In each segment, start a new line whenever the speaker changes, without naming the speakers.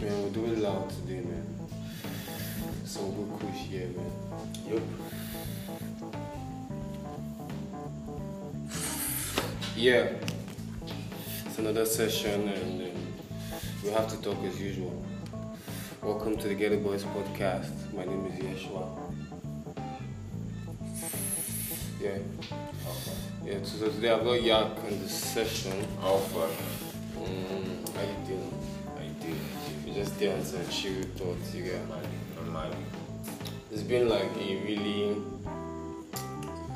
chill out today, man. Some good kush here, man.
Yup.
Yeah. It's another session, and um, we have to talk as usual. Welcome to the Ghetto Boys podcast. My name is Yeshua. Yeah.
Alpha.
Yeah, so so today I've got Yak on the session.
Alpha.
Mm, how you doing?
How you doing?
We just there on some chill thoughts, you get.
Normally. Normally.
It's been like a really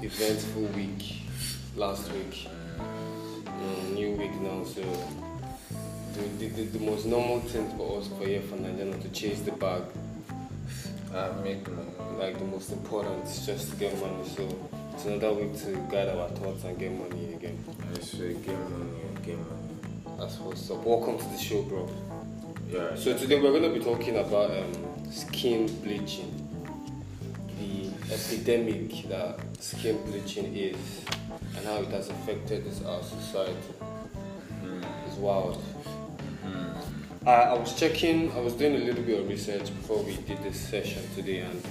eventful week last week. Mm, new week now, so the, the, the, the most normal thing for us for here for Nigeria to chase the bag,
I make money.
like the most important, is just to get money. So it's another week to gather our thoughts and get money again.
I say get money and get money.
That's what's up. Welcome to the show, bro.
Yeah.
So today we're going to be talking about um, skin bleaching, the epidemic that skin bleaching is, and how it has affected this, our society. It's wild. I, I was checking, I was doing a little bit of research before we did this session today, and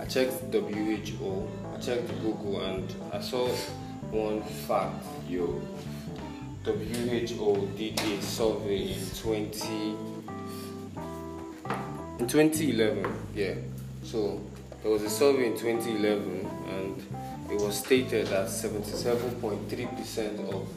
I checked WHO, I checked Google, and I saw one fact. Yo, WHO did a survey in 20. In 2011, yeah. So there was a survey in 2011, and it was stated that 77.3% of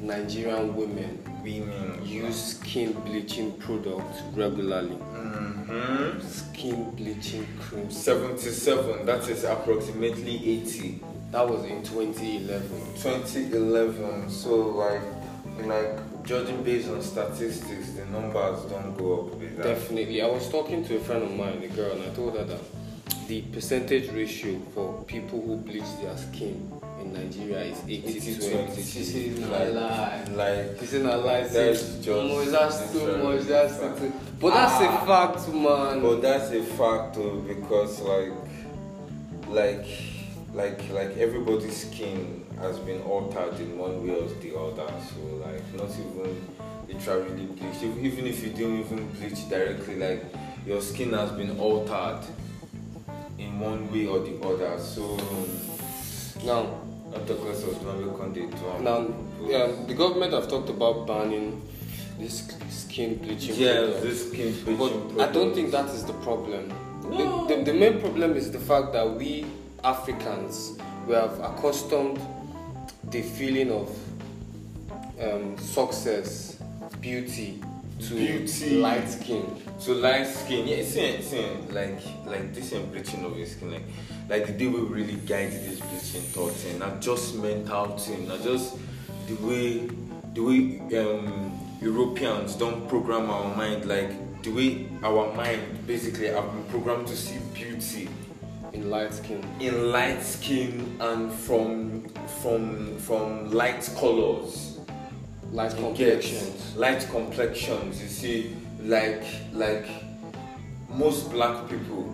Nigerian women
Women.
use skin bleaching products regularly.
Mm-hmm.
Skin bleaching creams.
77, that is approximately 80.
That was in 2011.
2011, so like, like judging based on statistics, the numbers don't go up with that.
Definitely. I was talking to a friend of mine, a girl, and I told her that the percentage ratio for people who bleach their skin in Nigeria is 80 20. She says, "It's not a lie.
Like,
She said, "Nah, lie.
That's
sis.
just
No, that's too
different.
much. That's too. too-" But that's a
Ah.
fact, man.
But that's a fact though, because like, like, like, like everybody's skin has been altered in one way or the other. So like, not even literally bleached. Ev- Even if you didn't even bleach directly, like your skin has been altered in one way or the other. So
now,
not the cause of not recorded to um, am.
now, um, yeah, the government have talked about banning this skin bleaching.
yeah,
product.
this skin bleaching.
But I don't
product.
think that is the problem.
No.
The, the, the main problem is the fact that we Africans we have accustomed the feeling of um, success, beauty to
Beauty.
light skin.
So light skin, yeah, see, see, like, like this and bleaching of your skin, like, like the day we really guide this bleaching thought thing, not just mental thing, not just the way, the way um, Europeans don't program our mind, like the way our mind basically have been programmed to see beauty
In light skin.
in light skin and from from from light colors
Light
complexions,
complexions.
light complexions. You see, like like most black people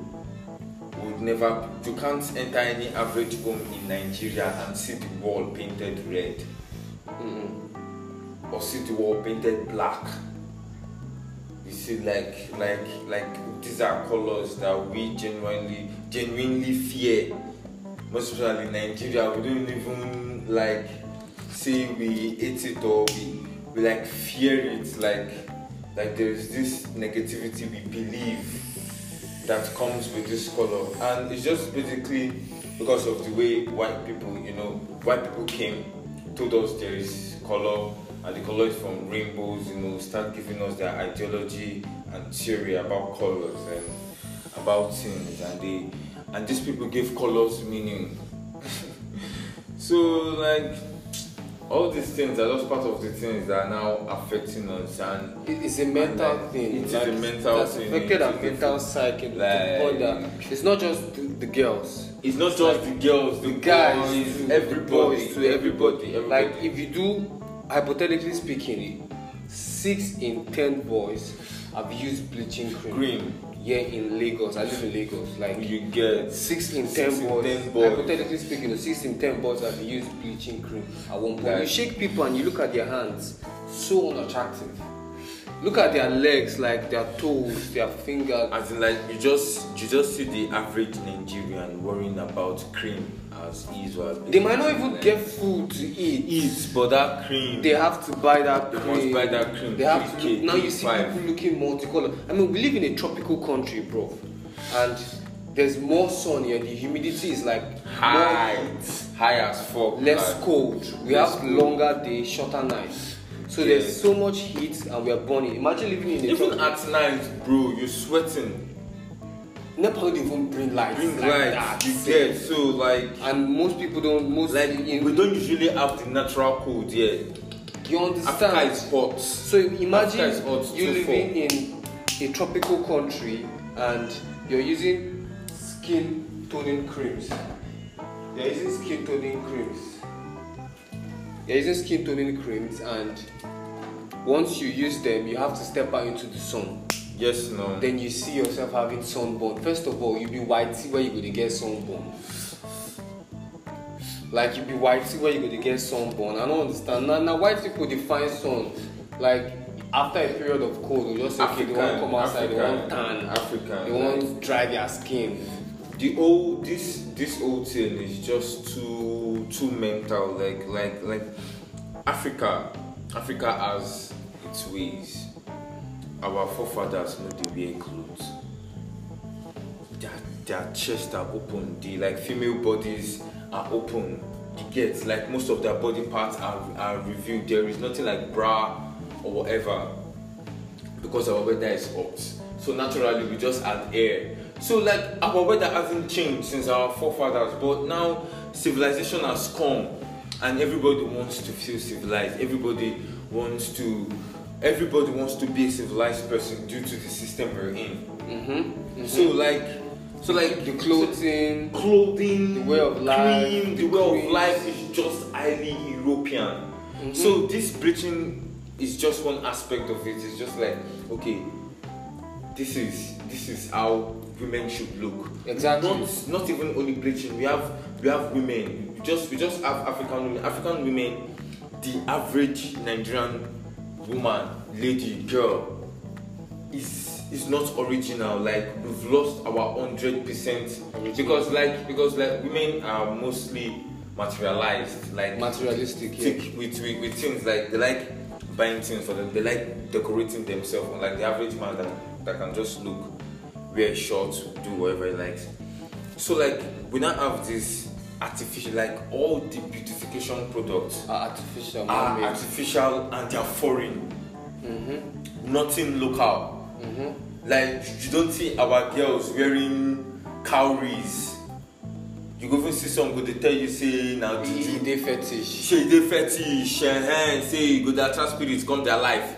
would never. You can't enter any average home in Nigeria and see the wall painted red
Mm-mm.
or see the wall painted black. You see, like like like these are colors that we genuinely genuinely fear. Most especially in Nigeria, we don't even like say we hate it or we we like fear it. Like like there is this negativity we believe that comes with this color, and it's just basically because of the way white people, you know, white people came, told us there is color, and the color is from rainbows. You know, start giving us their ideology and theory about colors and about things, and they and these people give colors meaning. so like. All these things are just part of the things that are now affecting us and
It- It's a mental
like,
thing.
it is
like,
a mental
that's
thing,
affected
it
our
is
mental psyche. to the
like-
point that it's not just the, the girls.
It's not just the girls, the,
the
guys,
guys, to
everybody,
boys,
to everybody, everybody.
Like if you do, hypothetically speaking, six in ten boys have used bleaching cream.
Cream.
Yeah, in Lagos. I live in Lagos. Like
you get
six in ten
Six in
boys.
10 boys.
Hypothetically speaking, six in ten boys have used bleaching cream at one point.
Like-
you shake people and you look at their hands, so unattractive. Look at their legs, like their toes, their fingers.
As in, like you just you just see the average Nigerian worrying about cream as usual.
They might not even get food to eat.
eat, but that cream.
They have to buy that
They
cream.
must buy that cream,
They have to.
3K,
Look, now you see
3K.
people looking multicolored. I mean, we live in a tropical country, bro, and there's more sun here. The humidity is like
high, high as fuck.
more, less
like,
cold. We
Less
have
cold.
longer day, shorter nights. So
Yeah.
there's so much heat, and we are burning. Imagine living in a
Even
tropical-
at night, bro, you sweating.
Nepal don't even bring lights
Bring
like
lights,
that.
you get so like
And most people don't. Most
like
in-
we don't usually have the natural cold here.
you
Africa
understand?
is hot.
So imagine
Africa is hot,
you
too
living in a tropical country and you're using skin toning creams. You're using skin toning creams. You're using skin toning creams and once you use them you have to step out into the sun.
Yes, no.
Then you see yourself having sunburn. First of all, you be whitey where you gonna get sunburn. Like you be whitey where you gonna get sunburn. I don't understand. Now, now white people define sun like after a period of cold, they just say, okay, they want come outside, they want tan,
African.
they want dry their skin.
the old this this old thing is just too too mental like like like africa africa has its ways our forefathers know they wear clothes their their chests are open the like female bodies are open you get like most of their body parts are are revealed there is nothing like bra or whatever because our weather is hot. So naturally, we just add air. So like our weather hasn't changed since our forefathers, but now civilization has come, and everybody wants to feel civilized. Everybody wants to, everybody wants to be a civilized person due to the system we're in.
Mm-hmm.
So like, so like
the clothing,
clothing,
The way of life,
cream, the,
the
way of
creams.
life is just highly European.
Mm-hmm.
So this bleaching is just one aspect of it. It's just like okay, this is this is how women should look.
Exactly.
Not not even only bleaching. We have we have women. We just we just have African women. African women, the average Nigerian woman, lady, girl is is not original like we've lost our 100% because like because like women are mostly materialized like
materialistic. Yeah.
thick with, with with things like they like buying things for them they like decorating themselves unlike the average man that, that can just look wear shorts do whatever he likes so like we now have this artificial like all the beautification products
Are artificial,
are
man-made.
Ah, artificial and they're foreign
Mm-hmm.
nothing local
Mm-hmm.
like you don't see our girls wearing cowries you go even see some go dey tell you say na
E- e-
juju
They fetish.
shey dey fetish ehen say e go dey attract spirits come their life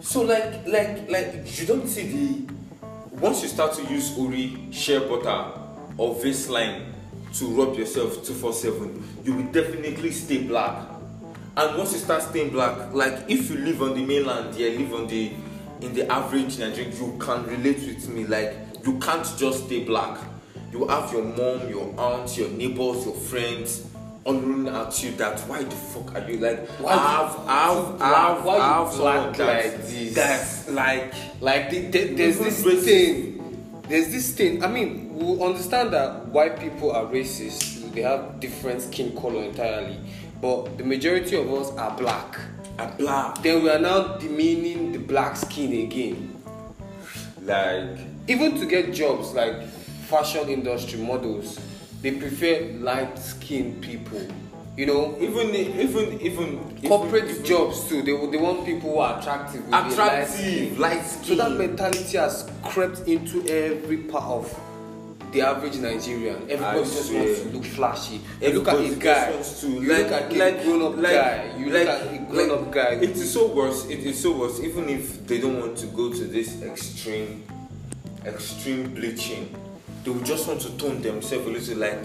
so like like like you don't see the once you start to use ori shea butter or vaseline to rub yourself two four seven you will definitely stay black and once you start staying black like if you live on the mainland here live on the in the average nigerian you can relate with me like you can't just stay black you have your mom your aunt your neighbors your friends honoring at you that why the fuck are you like
Why you-
i have i have i have
Why you
i have someone
black
that-
like this?
that's like
Like the, the, there's
Even
this
racist.
thing. There's this thing. I mean, we understand that white people are racist. They have different skin color entirely, but the majority of us are black.
a black
Then we are now demeaning the black skin again.
like
Even to get jobs like fashion industry models, they prefer light skinned people. You know,
even even even
corporate
even,
jobs too. They they want people who are attractive. with a light skin.
attractive light
So
skin
that mentality has crept into every part of the average Nigerian. Everybody
I
just
swear.
wants to look flashy. You look at a
Everybody
guy,
just wants to,
you
like,
look at a
like,
grown-up
like,
guy, you
like,
look at a grown-up
like,
guy.
It is so worse. It is so worse. Even if they don't want to go to this extreme, extreme bleaching, they will just want to tone themselves a little, like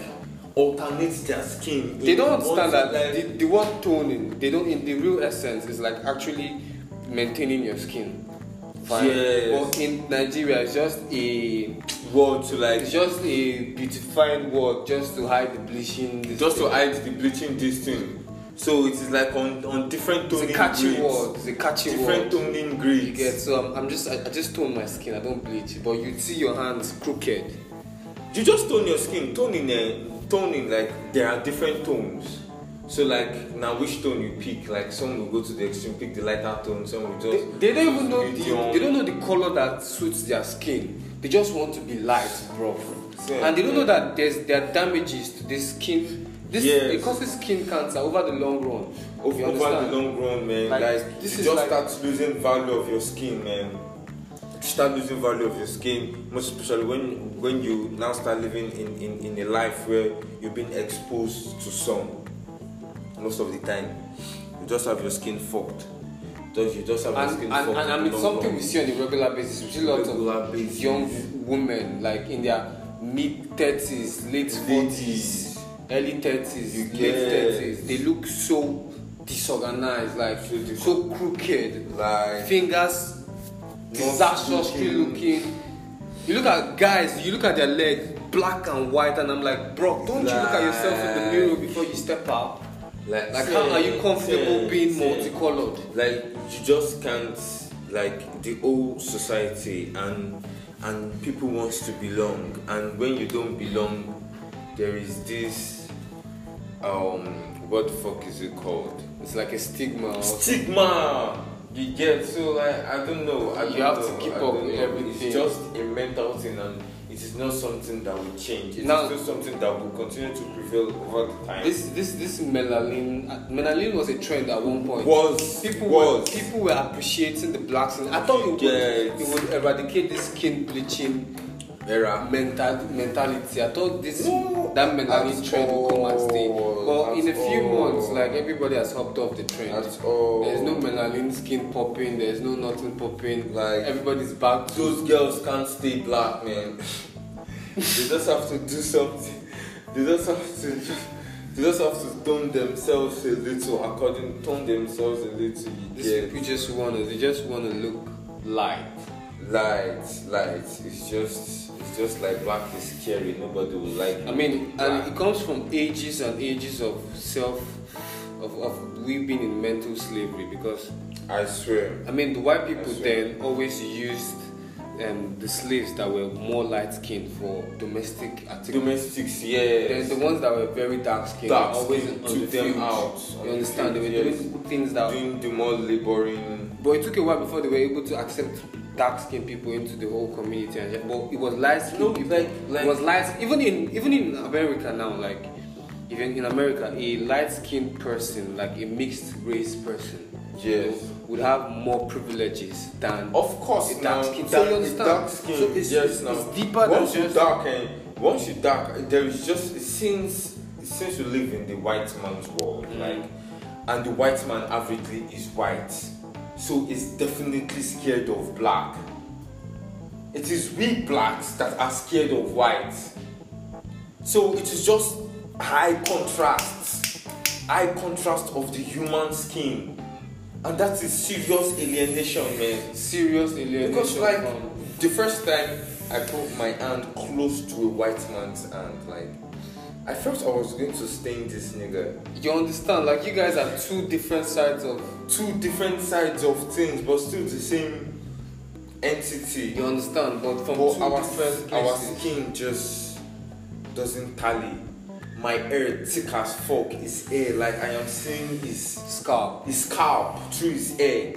alternate their skin.
they don't understand that
Like,
the, the word toning, they don't in the real essence is like actually maintaining your skin. Fine.
Yes.
But in Nigeria, it's just a
word to like
it's just a beautifying word just to hide the bleaching. this
just to
thing.
hide the bleaching this thing. So it is like on, on different
It's
toning
a catchy
grades.
word. It's a catchy
Different
word.
toning
You get
grades.
so I'm, I'm just I, I just tone my skin. I don't bleach, but you see your hands crooked.
You just tone your skin. Toning, uh, toning like there are different tones. So like now, which tone you pick? Like some will go to the extreme, pick the lighter tone. Some will
They,
just
they don't even know
medium.
the, they don't know the color that suits their skin. They just want to be light, bro.
Yeah.
And they don't know that there's there are damages to the skin. This
Yes.
it causes skin cancer over the long run.
Over,
You
over
understand?
the long run, man, like,
Like,
this
this
you
is
just
like-
start losing value of your skin, man. You start losing value of your skin, most especially when when you now start living in, in, in a life where you've been exposed to sun most of the time. You just have your skin fucked. Just, you just have your
and,
skin
and,
fucked.
and,
in
and
the
it's
long
something
run.
we see on a regular basis. We see lots
Regular
of
basis.
young women like in their mid 30s, late 40s, early 30s,
You get-
late 30s. They look so disorganized, like
So dis-
so crooked,
Like-
fingers disastrously
looking.
looking. You look at guys, you look at their legs, black and white, and I'm like, bro, don't you look at yourself in the
Like-
mirror before you step out?
Like,
Like, how are you comfortable
yeah,
being
yeah.
multicolored?
like you just can't like the whole society and and people wants to belong and when you don't belong there is this um what the fuck is it called
It's like a stigma. or
stigma you get so like i don't know I
You
don't
have to
know,
keep
I don't
up with
know.
everything.
it's just a mental thing and it is not something that will change It is
Now-
still something that will continue to prevail over the time
This this this melanin uh, melanin was a trend at one point.
was
People
was
were people were appreciating the black skin. I thought it would
Yes.
it would eradicate this skin bleaching
era
mental mentality. I thought this
No,
that melanin
at
trend would come and stay.
all,
But in
at
a few
all.
months, like everybody has hopped off the trend.
At all.
There's no melanin skin popping. There's no nothing popping.
Like-
everybody's back. to
Those girls can't stay black, man. they just have to do something. They just have to. They just have to tone themselves a little according. Tone themselves a little.
This
You
people
get
just want to they just want to look light.
light, light. It's just, it's just like black is scary. Nobody will like.
I mean,
black.
and it comes from ages and ages of self, of, of we being in mental slavery because,
I swear.
I mean, the white people
That's right.
then always used um, the slaves that were more light skinned for domestic activities.
Domestics,
Then
yes.
the ones that were very dark skinned
Dark
always
skinned,
on
took
the
them
field.
out on
You
the
understand?
field,
they were
yes.
doing things that.
Doing the more laboring.
but it took a while before they were able to accept dark skinned people into the whole community. And, but it was light skinned
No,
people.
like- like-
it was light. Even in even in America now, like even in America, a light skinned person, like a mixed race person, you know,
Yes.
would have more privileges than
Of course,
a dark
now,
skin.
dark-
So you understand?
Dark skin,
So it's,
yes,
it's,
now.
it's deeper
once
than
you
just
dark, and once you dark, there is just since since you live in the white man's world, like, and the white man averagely is white, so it's definitely scared of black. It is we blacks that are scared of white. So it is just high contrast, high contrast of the human skin, and that is serious alienation, man.
serious alienation.
Because like
from-
the first time I put my hand close to a white man's hand, like I felt I was going to stain this nigga.
you understand, like you guys are two different sides of.
Two different sides of things, but still the same entity.
You understand, but from
But
two
our
different
first, our
places.
skin just doesn't tally. My hair thick as fuck. His hair, like I am seeing his
Scar.
his scalp through his hair.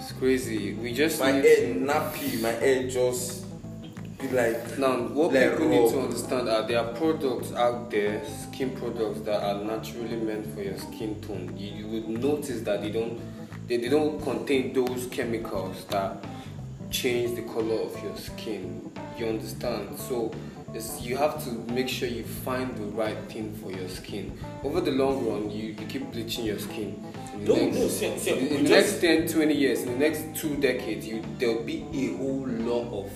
It's crazy. We just
My
need
hair nappy. My hair just be like
Now, what
Like
people
raw.
need to understand are there are products out there, skin products that are naturally meant for your skin tone. You, you would notice that they don't, they, they don't contain those chemicals that change the color of your skin. You understand? So, it's, you have to make sure you find the right thing for your skin. Over the long run, you, you keep bleaching your skin. In the
No,
next,
no, see- see,
in
we
the next
just-
10, 20 years, in the next two decades, you there'll be a whole lot of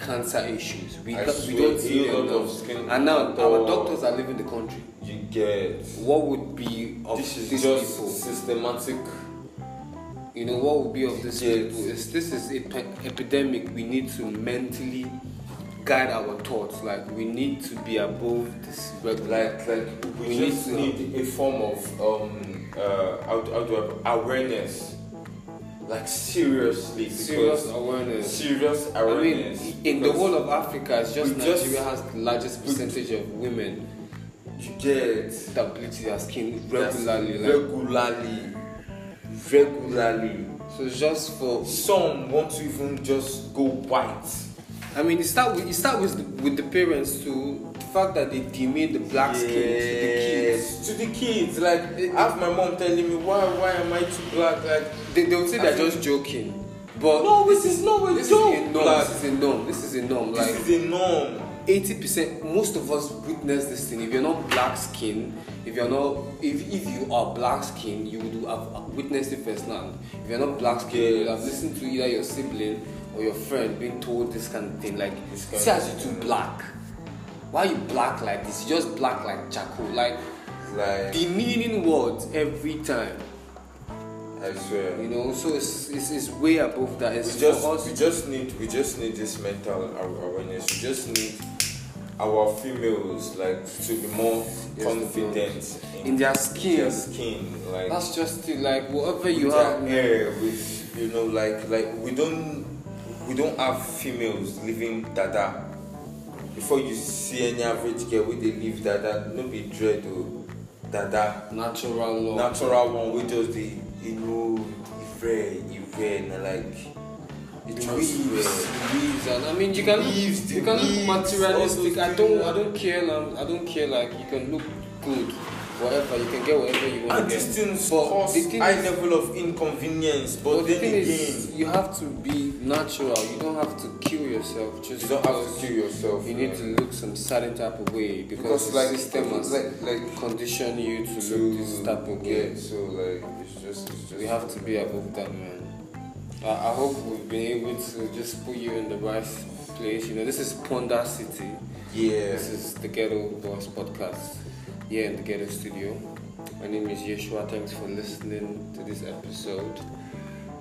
cancer issues. We,
I
ca- we
swear,
don't see
a
them
lot
now.
of skin
And now
doctor-
our doctors are leaving the country.
You get.
What would be of
This is
these
just
people?
systematic.
You know what would be of these
Yes.
people? Is this is a pe- epidemic we need to mentally guide our thoughts. Like we need to be above this regular.
like like we,
We
just
need
need, a form of um uh how, to- how to have awareness like seriously because-
serious awareness.
serious
I
awareness
mean, in the
because
whole of Africa, it's just
we just-
Nigeria has the largest percentage of women
you get
that bleach their skin
that's
regularly. Like,
regularly regularly
so just for,
some want to even just go white
I mean, it start with it start with the, with the parents too. The fact that they demean the black skin to the kids.
Yes, to the kids like have my mom telling me why why am i too black like
They, they would say they're
I think-
just joking, but
no this is not a
this
joke
is a norm.
like,
This is a norm. This is a norm.
this
Like
is a norm
eighty percent, most of us witness this thing. If you're not black skin, if you're not, if if you are black skin, you would have witnessed it firsthand. If you're not black skin, you would have listened to either your sibling or your friend being told this kind of thing. Like,
This kind
see
of
as you too
thing.
black. Why you black like this? You just black like charcoal. Like
like
demeaning words every time.
i swear
You know, so it's it's, it's way above that. It's
we
for us
just we just need we just need this mental aw- awareness we just need our females like to be more
Yes,
confident in,
in their skin.
their skin like
That's just it. Like whatever
with
you
their
are,
hair with you know like like we don't we don't have females living dada before you see any average girl wey dey live dada no be dread o dada
natural law.
natural one wey just dey you know ire ire na like e
It
transparent.
weaves, and I mean you can
Weaves,
look, you can
weaves,
look materialistic.
all those
I don't
things,
I don't care. Like, I don't care. Like you can look good, whatever you can get, whatever you want
and
to
these
get.
things
But
cause
the thing
high
is-
level of inconvenience but,
But the
then
thing
again
is, you have to be natural. You don't have to kill yourself. Just
you don't have
because
to kill yourself
You need
man.
to look some certain type of way because,
because
the
like
system has
like like
conditioned you to,
to
look this type of way.
yeah, so like it's just it's just
We have to be above that, man. I, I hope we've been able to just put you in the right place. You know, this is Ponda City.
yeah
This is the Ghetto Boys podcast here in the Ghetto Studio. My name is Yeshua. Thanks for listening to this episode.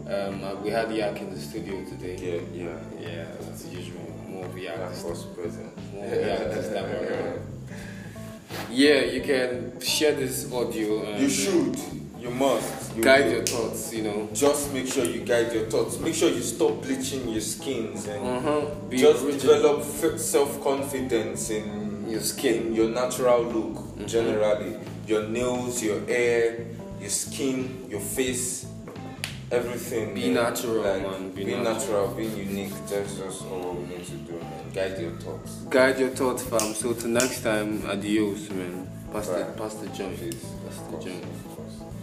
Um, uh, we had Yak in the studio today.
yeah yeah
Yeah, as usual. More of Yak.
yeah
this
first present
More of Yak this time around. Yeah, you can share this audio. And
you should you must you
guide
will.
your thoughts. You know.
just make sure you guide your thoughts make sure you stop bleaching your skins and
Uh-huh. Be
just
original.
develop f- self-confidence in
Your skin. Mm-hmm.
in your natural look generally your nails your hair your skin your face everything
Be
man.
natural, man. Be
be, natural. being unique that's just all we need to do man guide your thoughts
guide your thoughts, fam. So till next time, adios, man. Pass the
Right.
pass the joint.
Please,
Pass
of
the
course,
joint.
of course.